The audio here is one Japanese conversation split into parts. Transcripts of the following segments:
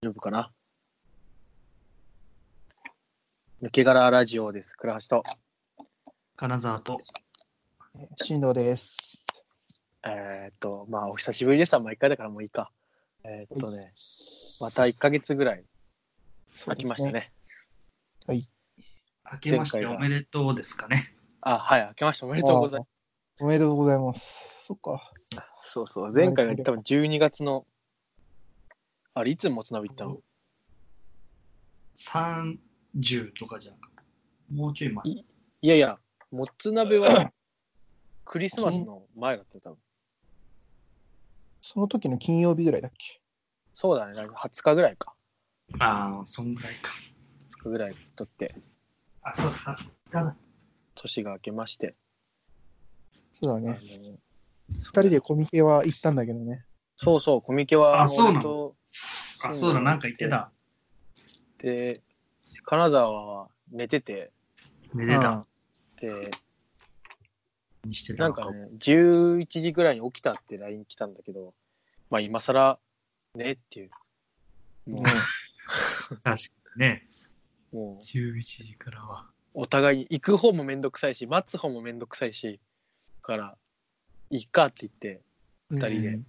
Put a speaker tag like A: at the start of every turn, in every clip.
A: 丈夫かな抜け殻ラジオです。倉橋と。
B: 金沢と。
C: 進藤です。
A: えーっと、まあ、お久しぶりでした。毎回だからもういいか。えーっとね、また1ヶ月ぐらい空きましたね。
B: 明けましておめでとうですかね。
A: あ、はい、明けましておめでとうございま
C: おめでとうございます。そっか。
A: す。そうそう、前回が多分12月の、あれ、いつもつなび行ったの
B: 30とかじゃん。もうちょい前。
A: いやいや、もつ鍋 はクリスマスの前だったよ、多分。
C: その時の金曜日ぐらいだっけ
A: そうだね、なんか20日ぐらいか。
B: ああ、そんぐらいか。
A: 20日ぐらいとって、
B: あ、そうか。だな
A: 年が明けまして。
C: そうだ
A: あ
C: ね。
A: の
C: 二人でコミケは行ったんだけどね。
A: そうそう、コミケは
B: あそうなの
A: 俺と
B: あ、そうだ、なんか言ってた。
A: で、金沢は寝てて、
B: めで
C: う
B: た
C: ん。
A: で、
B: にしてた。
A: なんかね、11時ぐらいに起きたって LINE 来たんだけど、まあ今更ねっていう。も
B: 確かにね。
A: う、もう
B: 11時からは。
A: お互い行く方もめんどくさいし、待つ方もめんどくさいし、だから、いいかって言って、
C: 二
A: 二人で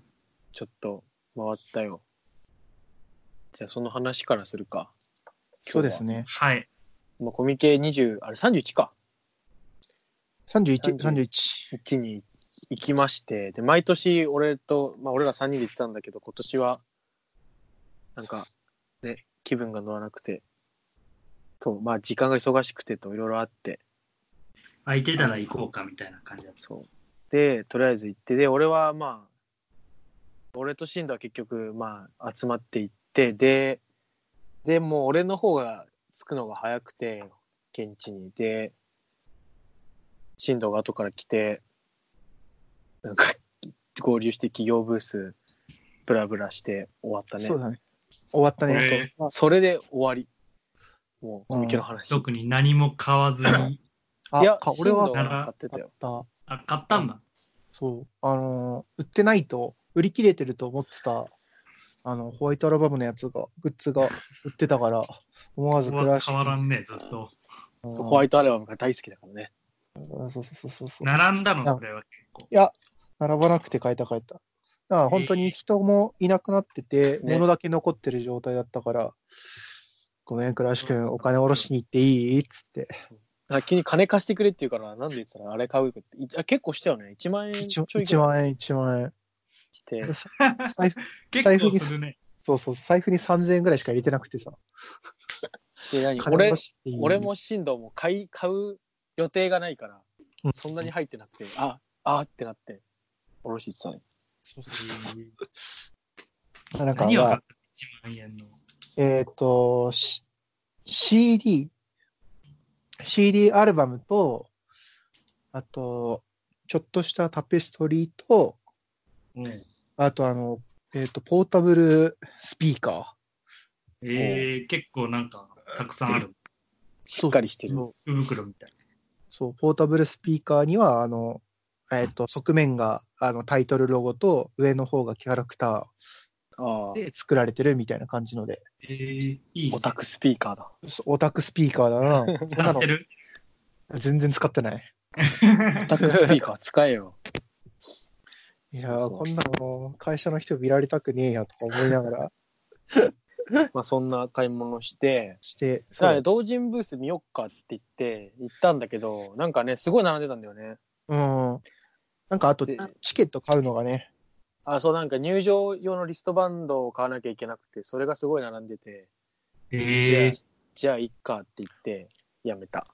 A: ちょっと回ったよ。じゃあその話からするか。
C: そうです
A: ね。
C: ね。
B: はい。
A: まあ、コミケ20、あれ31か。
C: 31、
A: 31
C: 31。
A: うちに行きましてで毎年俺と、まあ、俺ら3人で行ってたんだけど今年はなんかね気分が乗らなくてとまあ時間が忙しくてといろいろあって
B: 空いてたら行こうかみたいな感じだった。
A: そうでとりあえず行ってで俺はまあ俺とシンドは結局まあ集まって行ってででもう俺の方が着くのが早くて現地にでシンドが後から来てなんか合流して企業ブースブラブラして終わったね
C: そ
A: そう
C: だね。終わった
B: え
C: ね。
B: ー
A: れで終わりもうコミケの話、
B: 特に何も買わずに。
C: あ
A: いや
C: か
A: 俺
C: 俺
A: は
C: は
A: 買ってた
C: 買っ
A: よ
C: た。
B: あ、買ったんだ。
C: そう。あのー、売ってないと、売り切れてると思ってた、あの、ホワイトアルバムのやつが、グッズが売ってたから、思わず
B: そ
C: ク
B: こ
C: ラ
B: は
C: ッシ
B: 変
C: ュ。
B: わらんね、ずっと。
C: うん
A: そうホワイトアルバムが大好きだからね
C: そうそうそうそうそう。
B: 並んだの、それは結構。
C: いや、並ばなくて買えた買えた。だから本当に人もいなくなってて、
A: ね
C: 物だけ残ってる状態だったから、ごめん、倉橋君、お金下ろしに行っていいっつって。
A: あ君金貸してくれって言うから、なんで言ってたら、あれ買うって。いあ結構したよね。1万円ちょいぐらい
C: 1万円、1万円。
A: して。
C: 財布
B: 結
C: 財布
B: 構
C: に
B: するね。
C: そうそう、財布に3000円ぐらいしか入れてなくてさ。
A: で何
C: 金下
A: 俺
C: ろ、しに行っていい
A: 俺、も進藤も買い、買う予定がないから
B: うん、
A: そんなに入ってなくて、あ、あってなって、おろしてたね。
C: そうそうそうなんか、
B: 何を
C: ま
B: 買っ
C: あ、
B: た ?1 万円の。
C: えっ、と、し CD、CD アルバムと、あと、ちょっとしたタペストリーと、
B: うん
C: あとあの、えっ、と、ポータブルスピーカ
B: えー、結構なんか、たくさんある。
A: しっかりして
C: ー。
A: る。
B: 福袋みたい
C: そう、ポータブルスピーカーには、あの、えっ、と、側面が、あの、タイトルロゴと、上の方がキャラクタ
A: ああ
C: ー。で作られてるみたいな感じので、
B: な。えー、いいね
A: オタクスピーカーだ。
C: そうオタクスピーカーだ な。そん
B: 使
C: な
B: っ
C: の
B: てる
C: 全然使ってない。
A: オタクスピーカー使え よ。
C: いや
A: そう
C: ー、
A: そう
C: こんなの、会社の人見られたくねえやとか思いながら
A: まあそんな買い物して、
C: して、
A: さ
C: そ
A: あね
C: う。
A: 同人ブース見よっかって言って、行ったんだけど、なんかね、すごい並んでたんだよね。
C: うん。なんか、あと
A: で、
C: チケット買うのがね、
A: あ、そう、なんか入場用のリストバンドを買わなきゃいけなくて、それがすごい並んでて、
B: えー、
A: じゃあ、いっかって言って、やめた。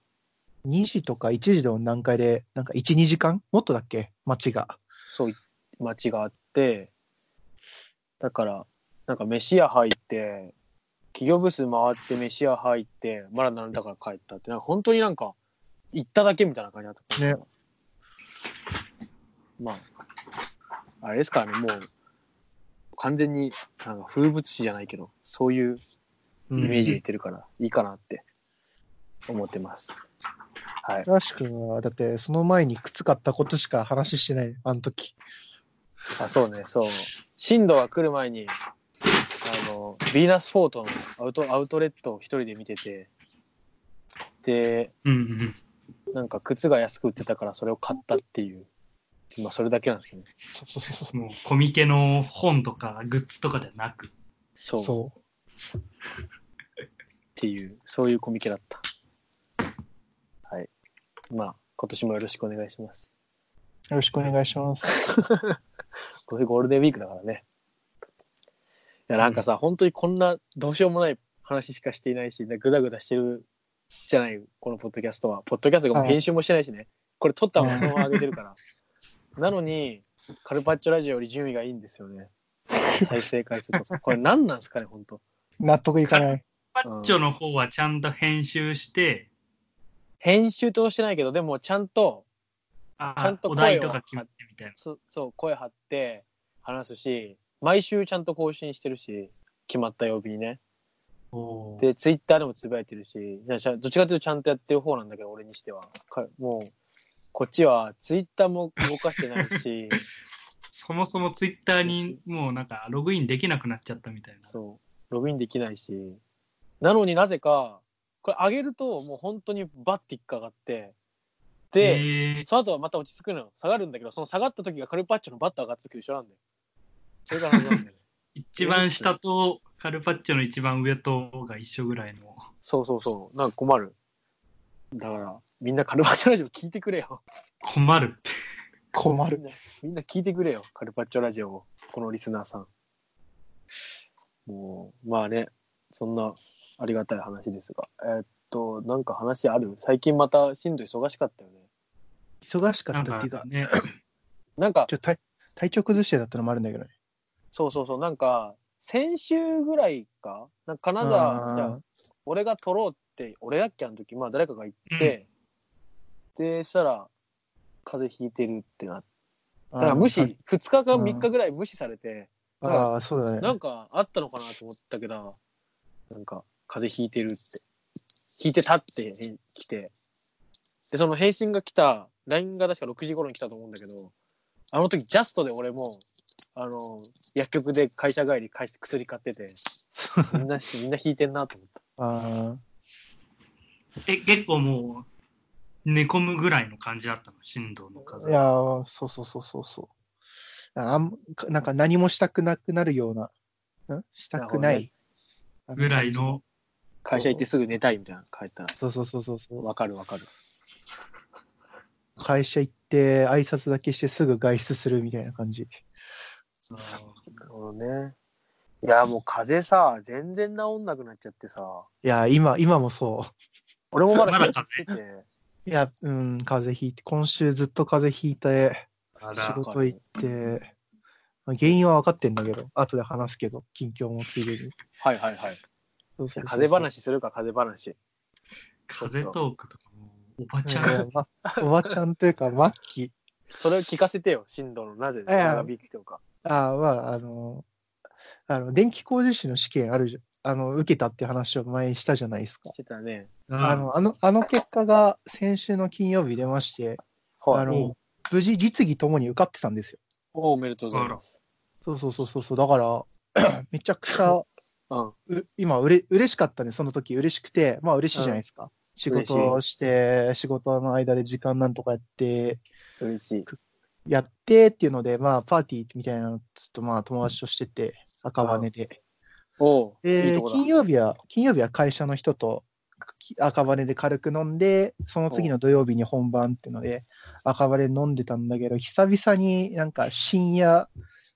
C: 2時とか1時の段階で、なんか1、2時間もっとだっけ街が。
A: そう、街があって、だから、なんか飯屋入って、企業ブース回って飯屋入って、まだ並んだから帰ったって、なんか本当になんか、行っただけみたいな感じだった。
C: ね。
A: まあ、あれですからね、もう、完全になんか風物詩じゃないけど、そういう
C: う
A: イ
C: ん
A: メージでいってるから、いいかなって思ってます。はい。
C: 倉橋君は、だって、その前に靴買ったことしか話してない、あの時。
A: あ、そうね、そう。進路が来る前に、あの、ヴィーナスフォートのアウトアウトレットを一人で見てて、で、
B: うん
A: なんか靴が安く売ってたからそれを買ったっていう、まあそれだけなんですけどね。
C: そうそうそ
B: う
C: う
B: ん。もうコミケの本とかグッズとかではなく。
A: そう。っ
C: そう。
A: ていう、そういうコミケだった。はい。まあ、今年もよろしくお願いします。
C: よろしくお願いします。
A: これゴールデンウィークだからね。いや、なんかさ、本当にこんなどうしようもない話しかしていないし、ぐだぐだしてるじゃない、このポッドキャストは。ポッドキャストがもう
C: はい
A: 編集もしてないしね。これ撮ったのはそのまま上げてるから。なのに、カルパッチョラジオより順位がいいんですよね。再生回数とか。これ何なんですかね、本当
C: 納得いかない。
B: パッチョの方はちゃんと編集して、
A: 編集としてないけど、でもちゃんと、
B: あ
A: ちゃんと
B: お
A: 声
B: 題
A: を
B: とか決めてみたいな。
A: そそう、声張って話すし、毎週ちゃんと更新してるし、決まった曜日にね。
B: おー
A: で、ツイッターでもつぶやいてるし、じゃあちゃんどっちかというとちゃんとやってる方なんだけど、俺にしては。かもう、こっちはツイッターも動かしてないし、
B: そもそもツイッターにもうなんかログインできなくなっちゃったみたいな。
A: そう、ログインできないし、なのになぜか、これ上げるともう本当にバッて引っかかって、で、
B: へー
A: その後はまた落ち着くのよ。下がるんだけど、その下がった時がカルパッチョのバッター上がった時と一緒なんだよ。それから始まるんだよね。
B: 一番下とカルパッチョの一番上とが一緒ぐらいの。
A: そうそうそう、なんか困る。だから、みんなカルパッチョラジオ聞いてくれよ。
B: 困るって。
C: 困
A: み
C: る
A: ん。なみんな聞いてくれよ、カルパッチョラジオを、このリスナーさん。もう、まあね、そんなありがたい話ですが。えーっと、なんか話ある最近また進路忙しかったよね。
C: 忙しか
B: な
C: っ
B: ん
C: たっ
B: か
C: ていうか、
B: ね、
A: なんか
C: ち、ょっと体体調崩してだったのもあるんだけどね。
A: そうそうそう、なんか、先週ぐらいか、なんか金沢、じゃあ
C: あー
A: 俺が取ろうって、俺だっけあの時、まあ誰かが言って、で、したら、風邪ひいてるってなって、だから無視、2日か3日ぐらい無視されて、
C: ああ、そうだね。
A: なんかあったのかなと思ったけど、なんか風邪ひいてるって、ひいてたって返来て、で、その返信が来た、LINE が確か6時頃に来たと思うんだけど、あの時ジャストで俺も、あの、薬局で会社帰り返して薬買ってて、みんな、みんなひいてんなと思った。
C: あ
B: え、結構もう、寝込むぐらいの感じだったの、振動の
C: あ
B: 風
C: いやー、そうそうそうそうそうあん。なんか何もしたくなくなるような、んしたくない。
B: ぐらいの。
A: 会社行ってすぐ寝たいみたいなの帰ったら、
C: そうそうそうそうそ
A: わかるわかる。
C: う。会社行って挨拶だけしてすぐ外出するみたいな感じ。
B: あー
A: なるほどね。いや、もう風邪さ、全然治んなくなっちゃってさ、
C: いやー、今、今もそ
A: 俺もまだ
B: まだ
A: 気をつけてて。
C: う。いや、うん、風邪ひいて、今週ずっと風邪ひいて、
B: あ
C: 仕
B: ら、
C: 事行って、まあ原因は分かってんだけど、後で話すけど、近況もついでに。
A: はいはいはい。
C: そう
A: じ
C: そ
A: ゃあ
C: うそう
A: 風邪話するか風邪話
B: 風トークとかもう、おばちゃ
C: いや
B: ん、
C: まおばちゃんというか、末期。
A: それを聞かせてよ進藤のなぜ
C: ええ
A: 長引きとか
C: ああ、まあ、あの、あの、電気工事士の試験あるじゃん。あの、受けたって話を前にしたじゃないですか
A: し。てたね
C: あ
B: あ
C: の、あの、あの結果が先週の金曜日出まして、
A: は
C: あ
A: い
C: の、無事実技ともに受かってたんですよ。
A: おおめでとうございます
C: そうそうそうそうそう。だから、 めちゃくちゃ、
A: うん
C: う今うれ、嬉しかったね、その時嬉しくて、まあ嬉しいじゃないですか。仕事をして、仕事の間で時間なんとかやって、
A: 嬉しい
C: やってっていうので、まあパーティーみたいなのをちょっとまあ友達としてて、赤羽で。
A: おおいい
C: で
A: とこ、だ
C: 金曜日は、金曜日は会社の人とき赤羽で軽く飲んで、その次の土曜日に本番っていうので、赤羽で飲んでたんだけど、久々になんか深夜、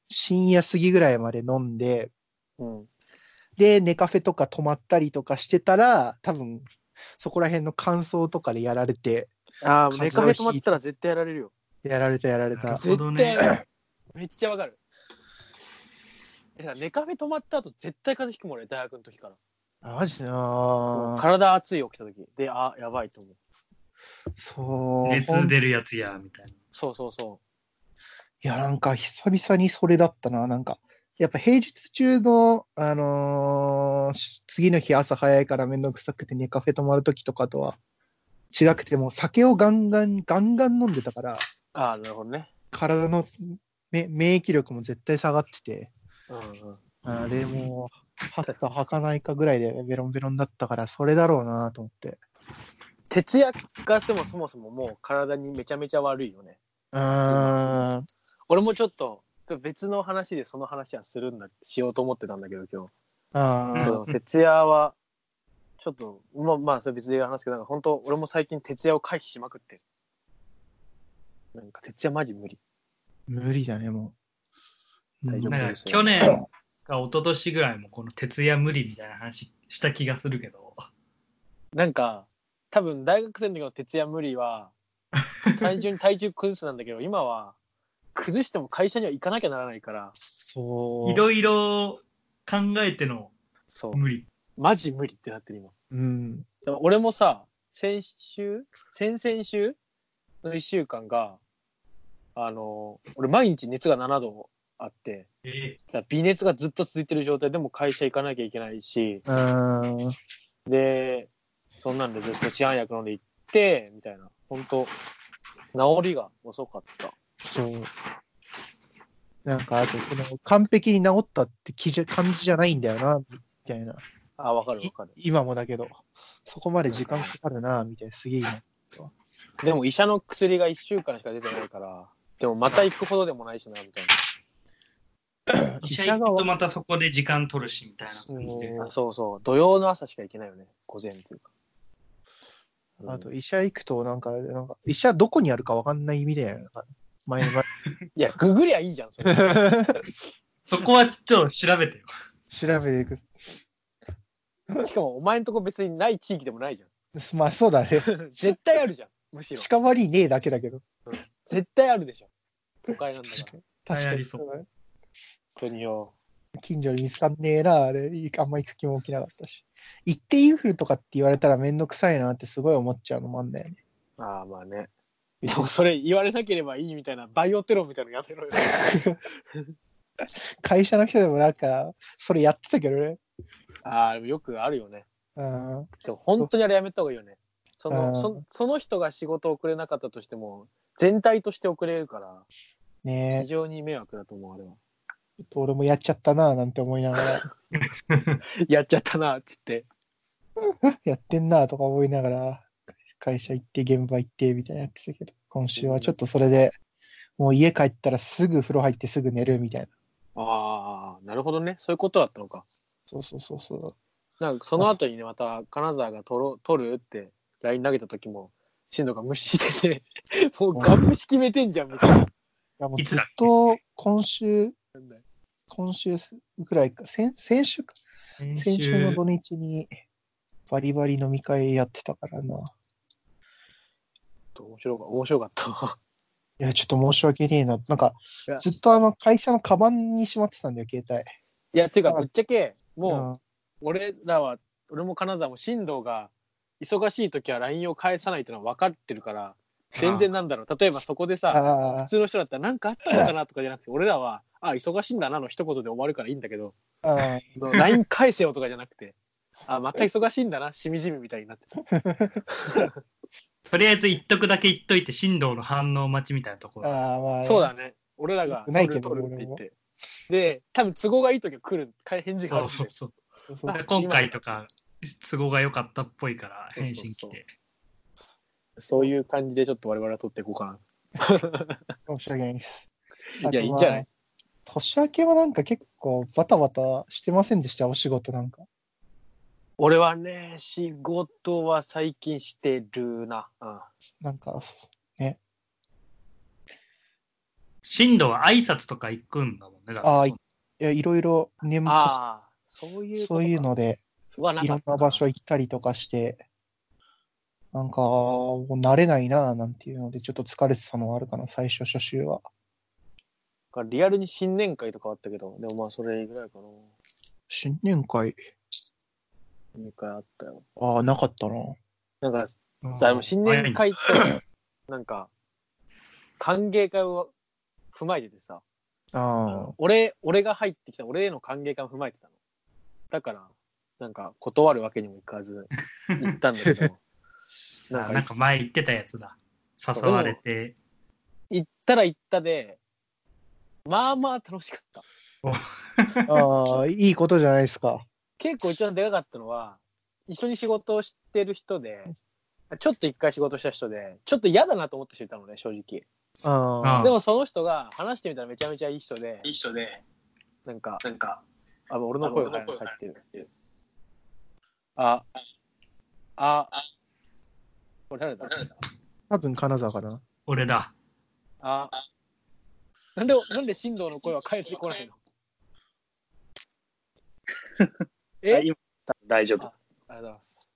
C: 深夜過ぎぐらいまで飲んで、
A: うん
C: で、寝カフェとか泊まったりとかしてたら、多分、そこら辺の感想とかでやられて、
A: ああ
C: 風邪を
A: 寝カフェ止まってたら絶対やられるよ
C: やられたやられ
B: なる
C: た
B: ほ。ど
A: 絶対やられるめっちゃわかるえさ寝カフェ止まった後絶対風邪ひくもんね大学の時から
C: マジな
A: もう
C: ぁ
A: 体熱い起きた時であやばいと思う
C: そう。ほ
B: 熱
C: んい
B: 出るやつや、みたいな。
A: そうそうそ
C: や、なんか久々にそれだったな。なんか、やっぱ平日中の、あのーし次の日朝早いからめんどくさくて寝カフェ泊まる時とかとは違くて、もう酒をガンガン、ガンガン飲んでたから、
A: うああなるほどね
C: 体のめ免疫力も絶対下がってて、
A: うんうん
C: あーでもう、吐くか吐かないかぐらいでベロンベロンだったから、それだろうなと思って。
A: 徹夜がでもそもそももう体にめちゃめちゃ悪いよね。
C: うーん。
A: 俺もちょっと別の話でその話はするんだ、しようと思ってたんだけど今日。
C: あ
B: うん
C: ー
A: そう徹夜は、ちょっと、まあまあ、それ別で話すけど、なんか本当、俺も最近徹夜を回避しまくってる。なんか徹夜マジ無理。
C: 無理だね、もう。
A: 大丈夫
B: なん
A: で
B: か
A: すよ
B: 去年か一昨年ぐらいもこの徹夜無理みたいな話した気がするけど、
A: なんか、多分大学生の時の徹夜無理は、単純に体重崩すなんだけど、今は、崩しても会社には行かなきゃならないから、
C: そう。
B: いろいろ考えての
A: そう、
B: 無理。
A: マジ無理ってなってる今。
C: うん。
A: でも俺もさ、先週、先々週の1週間が、あの、俺毎日熱が7度あって、
B: え
A: だから微熱がずっと続いてる状態でも会社行かなきゃいけないし
C: うーん。
A: でそんなんでずっと市販薬飲んで行ってみたいな本当治りが遅かった
C: そう。なんか、あと、その、完璧に治ったって気じゃ感じじゃないんだよな、みたいな。
A: あわかるわかる
C: い今もだけど、そこまで時間かかるな、みたいな、すげえ今。
A: でも医者の薬が1週間しか出てないからでもまた行くほどでもないしなみたい
B: 医者行くとまたそこで時間取るしみたいな感じで。
A: なあ
C: そ
A: そうそう土曜の朝しか行けないよね午前というか、
C: う。あと、
A: い
C: 医者行くと、なんか、なんか、医者どこにあるかわかんないみたいな。前々
A: やググりゃいいじゃん それ
B: そこはちょっと調べてよ。
C: 調べていく。
A: しかもお前んとこ別にない地域でもないじゃ
C: まあ、そうだね。
A: ん 絶対あるじゃんむしろ
C: 近場にねえだけだけど。
A: 絶対あるでしょ都会なんだから
C: 確かに。確か
B: 流行
C: に
B: りそう
A: 本当によ
C: 近所に見つかんねえな、あれ、あんま行く気も起きなかったし。行ってインフルとかって言われたらめんどくさいなってすごい思っちゃうのもあんだよね。
A: ああまあね。でもそれ言われなければいいみたいなバイオテロみたいなのやめ ろよ。
C: 会社の人でもなんか、それやってたけどね。
A: ああよくあるよね。
C: うん。
A: でも本当にあれやめた方がいいよね。そ
C: あ
A: の
C: ー
A: そその人が仕事をくれなかったとしても全体として遅れるから非
C: ね
A: 常に迷惑だと思うあれは。
C: え、俺もやっちゃったな、なんて思いながら、
A: やっちゃったなっつって。
C: やってんなとか思いながら、会社行って、現場行って、みたいなやってたけど、今週はちょっとそれで、もう家帰ったらすぐ風呂入ってすぐ寝るみたいな。
A: ああなるほどねそういうことだったのか。
C: そうそうそうそう。
A: なんかその後にねまた金沢が取ろ取るって LINE 投げた時も進藤が無視して てもうガブし決めてんじゃんみたいな。
C: いやもう
B: いつ
C: ずっ
B: だっけ
C: と今週、今週ぐらいか、先先週か先週の土日にバリバリ飲み会やってたからな。
A: 面白か面白かったわ。
C: いや、ちょっと申し訳ねえな。なんか
A: いや、
C: ずっとあの会社のカバンにしまってたんだよ、携帯。
A: いやっていうか
C: あ
A: ぶっちゃけもう俺らは俺も金沢も進藤が忙しい時は LINE を返さないってのは分かってるから全然なんだろう例えばそこで
C: うん、
A: さ
C: あ
A: 普通の人だったら何かあったのかなとかじゃなくて俺らは「あ忙しいんだな」の一言で終わるからいいんだけど
C: あ、ああ
A: 「その LINE 返せよ」とかじゃなくて「あまた忙しいんだなしみじみ」みたいになってた
B: とりあえず一徳だけ言っといて、振動の反応待ちみたいなところ。
C: ああ、まあ。
A: そうだね俺らが「
C: ない
A: 取
C: け
A: る
C: ど
A: 取る」って言ってで多分都合がいい時は来る返返事がある
B: そうん
A: で
B: そうそう。
C: そうそう。
A: あ
B: 今回とか、都合が良かったっぽいから、返信来
A: そうそう
B: て。
A: そういう感じでちょっと我々は取っていこうかな
C: 申し訳ないです。
A: いやいいんじゃない
C: あとは年明けはなんか結構バタバタしてませんでした、お仕事なんか。
A: 俺はね、仕事は最近してるな。うん
C: なんか、
B: 振動は挨拶とか行くんだもんね。だから
C: ああ、いや、いろいろ年末、
A: ああ、そういうこと
C: そういうので、
A: はないか
C: ろ
A: っ
C: ん
A: た
C: な場所行ったりとかして、なんか、もう慣れないな、なんていうので、ちょっと疲れてたのはあるかな、最初、初週は。
A: リアルに新年会とかあったけど、でもまあそれぐらいかな。
C: 新年会、
A: 新年会あったよ。
C: ああ、なかったな。
A: なんか、さでも新年会って、なんか、歓迎会を踏まえててさ、
C: あ
A: 俺、俺が入ってきた、俺への歓迎会を踏まえてたの。だから、なんか断るわけにもいかず、行ったんだけ ど、なん
B: あ
A: か
B: なんか前言ってたやつだ。誘われて。
A: 行ったら行ったで、まあまあ楽しかった。
C: ああ、いいことじゃないですか。
A: 結構一番でかかったのは、一緒に仕事をしてる人で、ちょっと一回仕事した人で、ちょっと嫌だなと思った人いたのね、正直。
C: あ
B: あ
C: あ、
A: でもその人が話してみたらめちゃめちゃいい人で、
D: いい人で、
A: なんか、
D: なんか、
A: あ、俺の声が入
D: 俺の声が
A: ってる。あ、あ、これ誰だ
C: 多分金沢かな。
B: 俺だ。
A: あ、なんで、なんで振動の声は返ってこないのえ
D: あ今大丈夫。
A: ありがとうございます。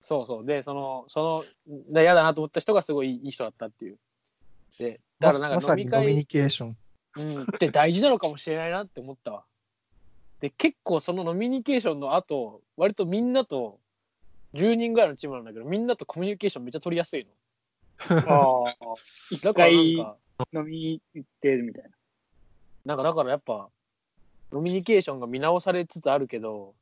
A: そうそう。で、その、その、な嫌だなと思った人がすごいいい人だったっていう。で、だから
C: ま
A: なん
C: まさ
A: か
C: に
A: 飲み
C: コミュ
A: 会
C: ニケーション。
A: うんって大事なのかもしれないなって思ったわ。で、結構その飲みニケーションの後、割とみんなと、10人ぐらいのチームなんだけど、みんなとコミュニケーションめっちゃ取りやすいの。
D: ああ、
A: だからなん
D: 一
A: か、
D: 飲み行ってるみたいな。
A: なんかだからやっぱ、飲みニケーションが見直されつつあるけど、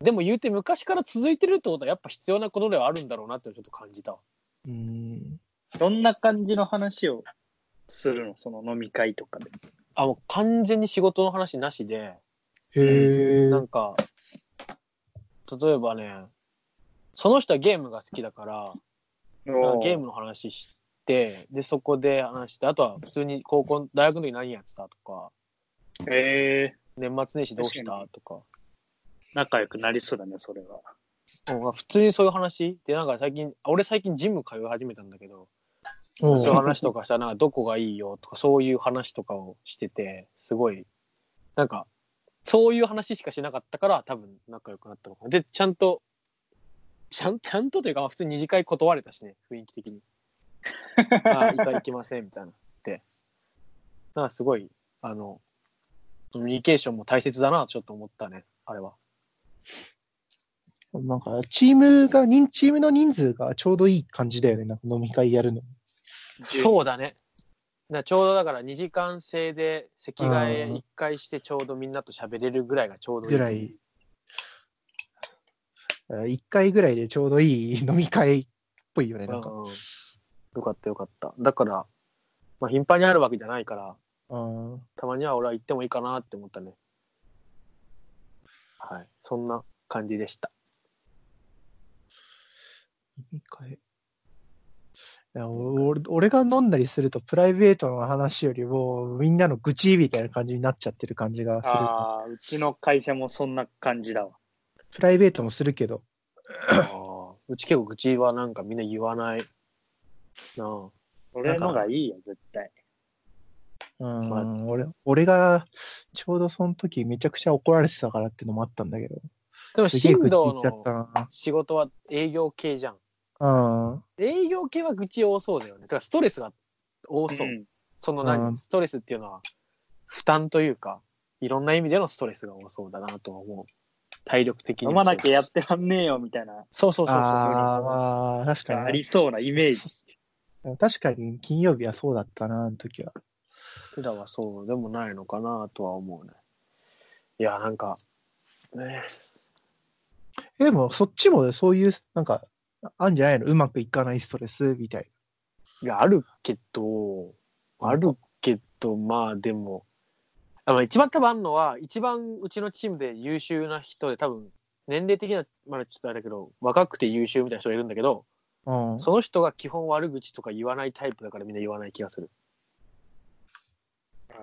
A: でも言うて昔から続いてるってことはやっぱ必要なことではあるんだろうなってちょっと感じたわ。
C: うん。
D: どんな感じの話をするのその飲み会とかで。
A: あ、もう完全に仕事の話なしで、
C: へえ。
A: なんか、例えばね、その人はゲームが好きだから、なんかゲームの話して、で、そこで話して、あとは普通に高校、大学の時何やってたとか、
D: ええ
A: 年末年始どうしたとか、
D: 仲良くなりそうだね、それは。
A: うん普通にそういう話で、なんか最近、俺最近ジム通い始めたんだけど、
C: お
A: そうういう話とかしたら、なんかどこがいいよとか、そういう話とかをしてて、すごい、なんか、そういう話しかしなかったから、多分仲良くなったのかな。で、ちゃんと、ちゃんちゃんとというか、まあ普通に二次会断れたしね、雰囲気的に。あ、いた行きません、みたいな。って。なんかすごい、あの、コミュニケーションも大切だな、ちょっと思ったね、あれは。
C: なんか、チームが、人チームの人数がちょうどいい感じだよね。なんか飲み会やるの。
A: そうだね。なちょうどだから2時間制で席替え
C: うん
A: 1回してちょうどみんなと喋れるぐらいがちょうどいい。
C: ぐらい。1回ぐらいでちょうどいい飲み会っぽいよね。なんか。
A: うんうんよかったよかった。だから、まあ、頻繁にあるわけじゃないから、
C: うん。
A: たまには俺は行ってもいいかなって思ったね。はい。そんな感じでした。
C: 飲み会。いや俺俺が飲んだりすると、プライベートの話よりも、みんなの愚痴みたいな感じになっちゃってる感じがする。
D: ああ、うちの会社もそんな感じだわ。
C: プライベートもするけど、
A: あーうち結構愚痴はなんかみんな言わないなあ。
D: 俺のがいいよ、絶対。
C: うん、
A: まあ
C: 俺、俺が、ちょうどその時めちゃくちゃ怒られてたからってのもあったんだけど、
A: でも、
C: すげえ
A: 進
C: 愚
A: 藤
C: 痴言っちゃっ
A: の
C: た
A: 仕事は営業系じゃん。
C: な。うん。
A: 営業系は愚痴多そうだよね。だからストレスが多そう。
D: ん
A: その何、
C: うん
A: ストレスっていうのは負担というかいろんな意味でのストレスが多そうだなとは思う体力的に
D: 飲ま
A: も
D: なきゃやってらんねえよ、みたいな。
A: そうそうそうそう
C: ああ、まあ、確
D: あ
C: かに
D: り。そうなイメージ。
C: 確かに、金曜日はそうだったな、あの時は。
A: 普段はそうでもないのかなとは思うねいやなんかね
C: えでも、そっちもそういう、なんか、あんじゃないのうまくいかないストレスみたい
A: いやあるけどあるけどまあでもあの一番多分あるのは一番うちのチームで優秀な人で多分年齢的にはまだちょっとあれだけど若くて優秀みたいな人がいるんだけど
C: な。うん。
A: その人が基本悪口とか言わないタイプだからみんな言わない気がする。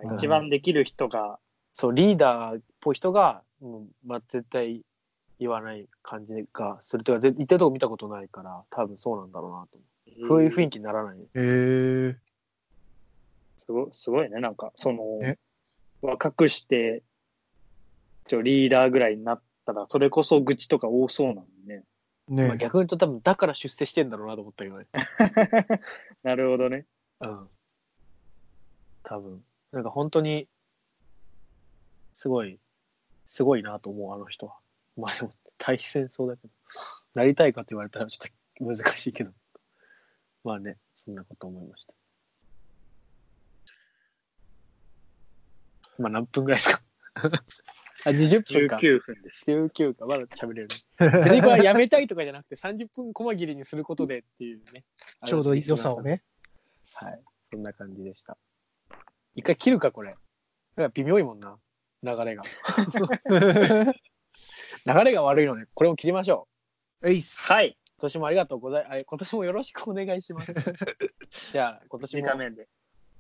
C: うん
D: 一番できる人が、
A: そう、リーダーっぽい人が、うんまあ、絶対言わない感じがするというか、ぜ言ってるとこ見たことないから、多分そうなんだろうなと思う。そういう雰囲気にならない。
C: へえ。
D: すごすごいね、なんか、その
C: ね、
D: 若くして、ちょ、リーダーぐらいになったら、それこそ愚痴とか多そうなのね。
C: ね
A: まあ、逆に言うと多分、だから出世してんだろうなと思ったけどね。
D: なるほどね。
A: うん。多分。なんか本当に、すごい、すごいなと思う、あの人は。まあでも、大変そうだけど。なりたいかと言われたらちょっと難しいけど。まあね、そんなこと思いました。まあ何分ぐらいですかあ、20分か。
D: 19分です。
A: 19か、まだ喋れる、 ね。別にこれはやめたいとかじゃなくて、30分こま切りにすることでっていうね。
C: ちょうど良さをね。
A: はい。そんな感じでした。一回切るか、これ。なんか微妙いもんな。流れが。 流れが悪いので、これも切りましょ
C: えいっす。
D: はい。
A: う。今年もありがとうございます。今年もよろしくお願いし ます。じゃあ、今年
D: 時
A: も
D: 間面で。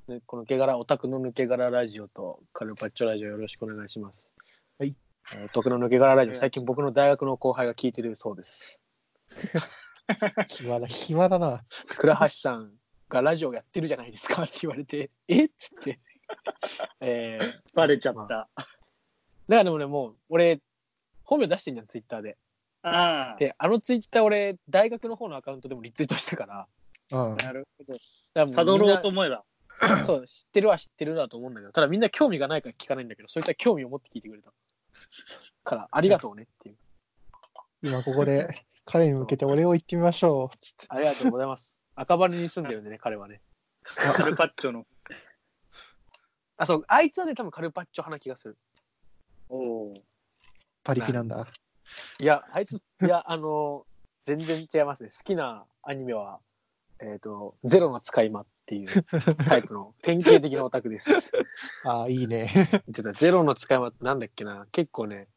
A: ねこのけがら、オタクの抜け殻ラジオとカルパッチョラジオよろしくお願いします。
C: はい
A: えー。オタクの抜け殻ラジオ、最近僕の大学の後輩が聞いてるそうです。
C: 暇だ、暇だな。
A: 倉橋さんがラジオやってるじゃないですかって言われて、えっつって。えー、
D: バレちゃった。
A: だからでもね、もう俺、本名出してんじゃん、ツイッターで。
D: ああ。
A: で、あのツイッター俺、大学の方のアカウントでもリツイートしたから、
C: うん。
D: なるほど。
A: だから
D: た
A: も
D: ど
A: うみん
D: ろ
A: な
D: うと思えば。
A: そう、知ってるは知ってるだと思うんだけど、ただみんな興味がないから聞かないんだけど、そういった興味を持って聞いてくれた。から、ありがとうねっていう。
C: 今ここで彼に向けてお礼を言ってみましょう。つって
A: ありがとうござ います。赤羽に住んでるんでね、彼はね。
D: カルパッチョの。
A: あ、そう、あいつはね、多分カルパッチョ派な気がする。
D: おおー。
C: パリピなんだ。
A: いや、あいつ、いや、あの、全然違いますね。好きなアニメは、えっ、と、ゼロの使い魔っていうタイプの典型的なオタクです。
C: ああ、いいね。
A: 言ってたゼロの使い魔ってなんだっけな結構ね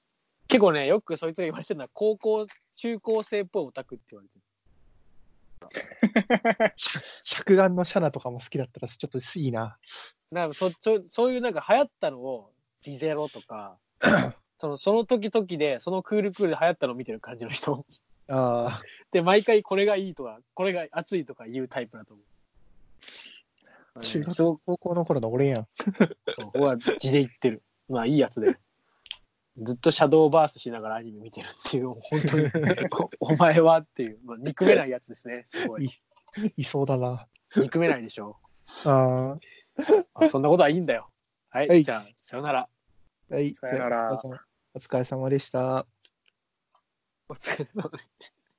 A: 結構ねよくそいつが言われてるのは高校中高生っぽいオタクって言われてる
C: 着眼のシャナとかも好きだったら、ちょっといいな。
A: なんかそそそういうなんか流行ったのをリゼロと かそのその時々でそのクールクールで流行ったのを見てる感じの人
C: あ
A: で毎回これがいいとかこれが熱いとか言うタイプだと思う
C: あ、中学
A: すごく
C: 高校の頃の俺やん。
A: ここは地で言ってるまあいいやつでずっとシャドーバースしながらアニメ見てるっていう本当におお前はっていう、まあ、憎めないやつですねすごい
C: いいいそうだな。
A: 憎めないでしょ
C: あ
A: あそんなことはいいんだよ。はい、
C: はい
A: じゃあ、さよなら。
C: あ、はい。
D: さよなら
C: お疲れ様お疲れ様でした。
A: お疲れ様です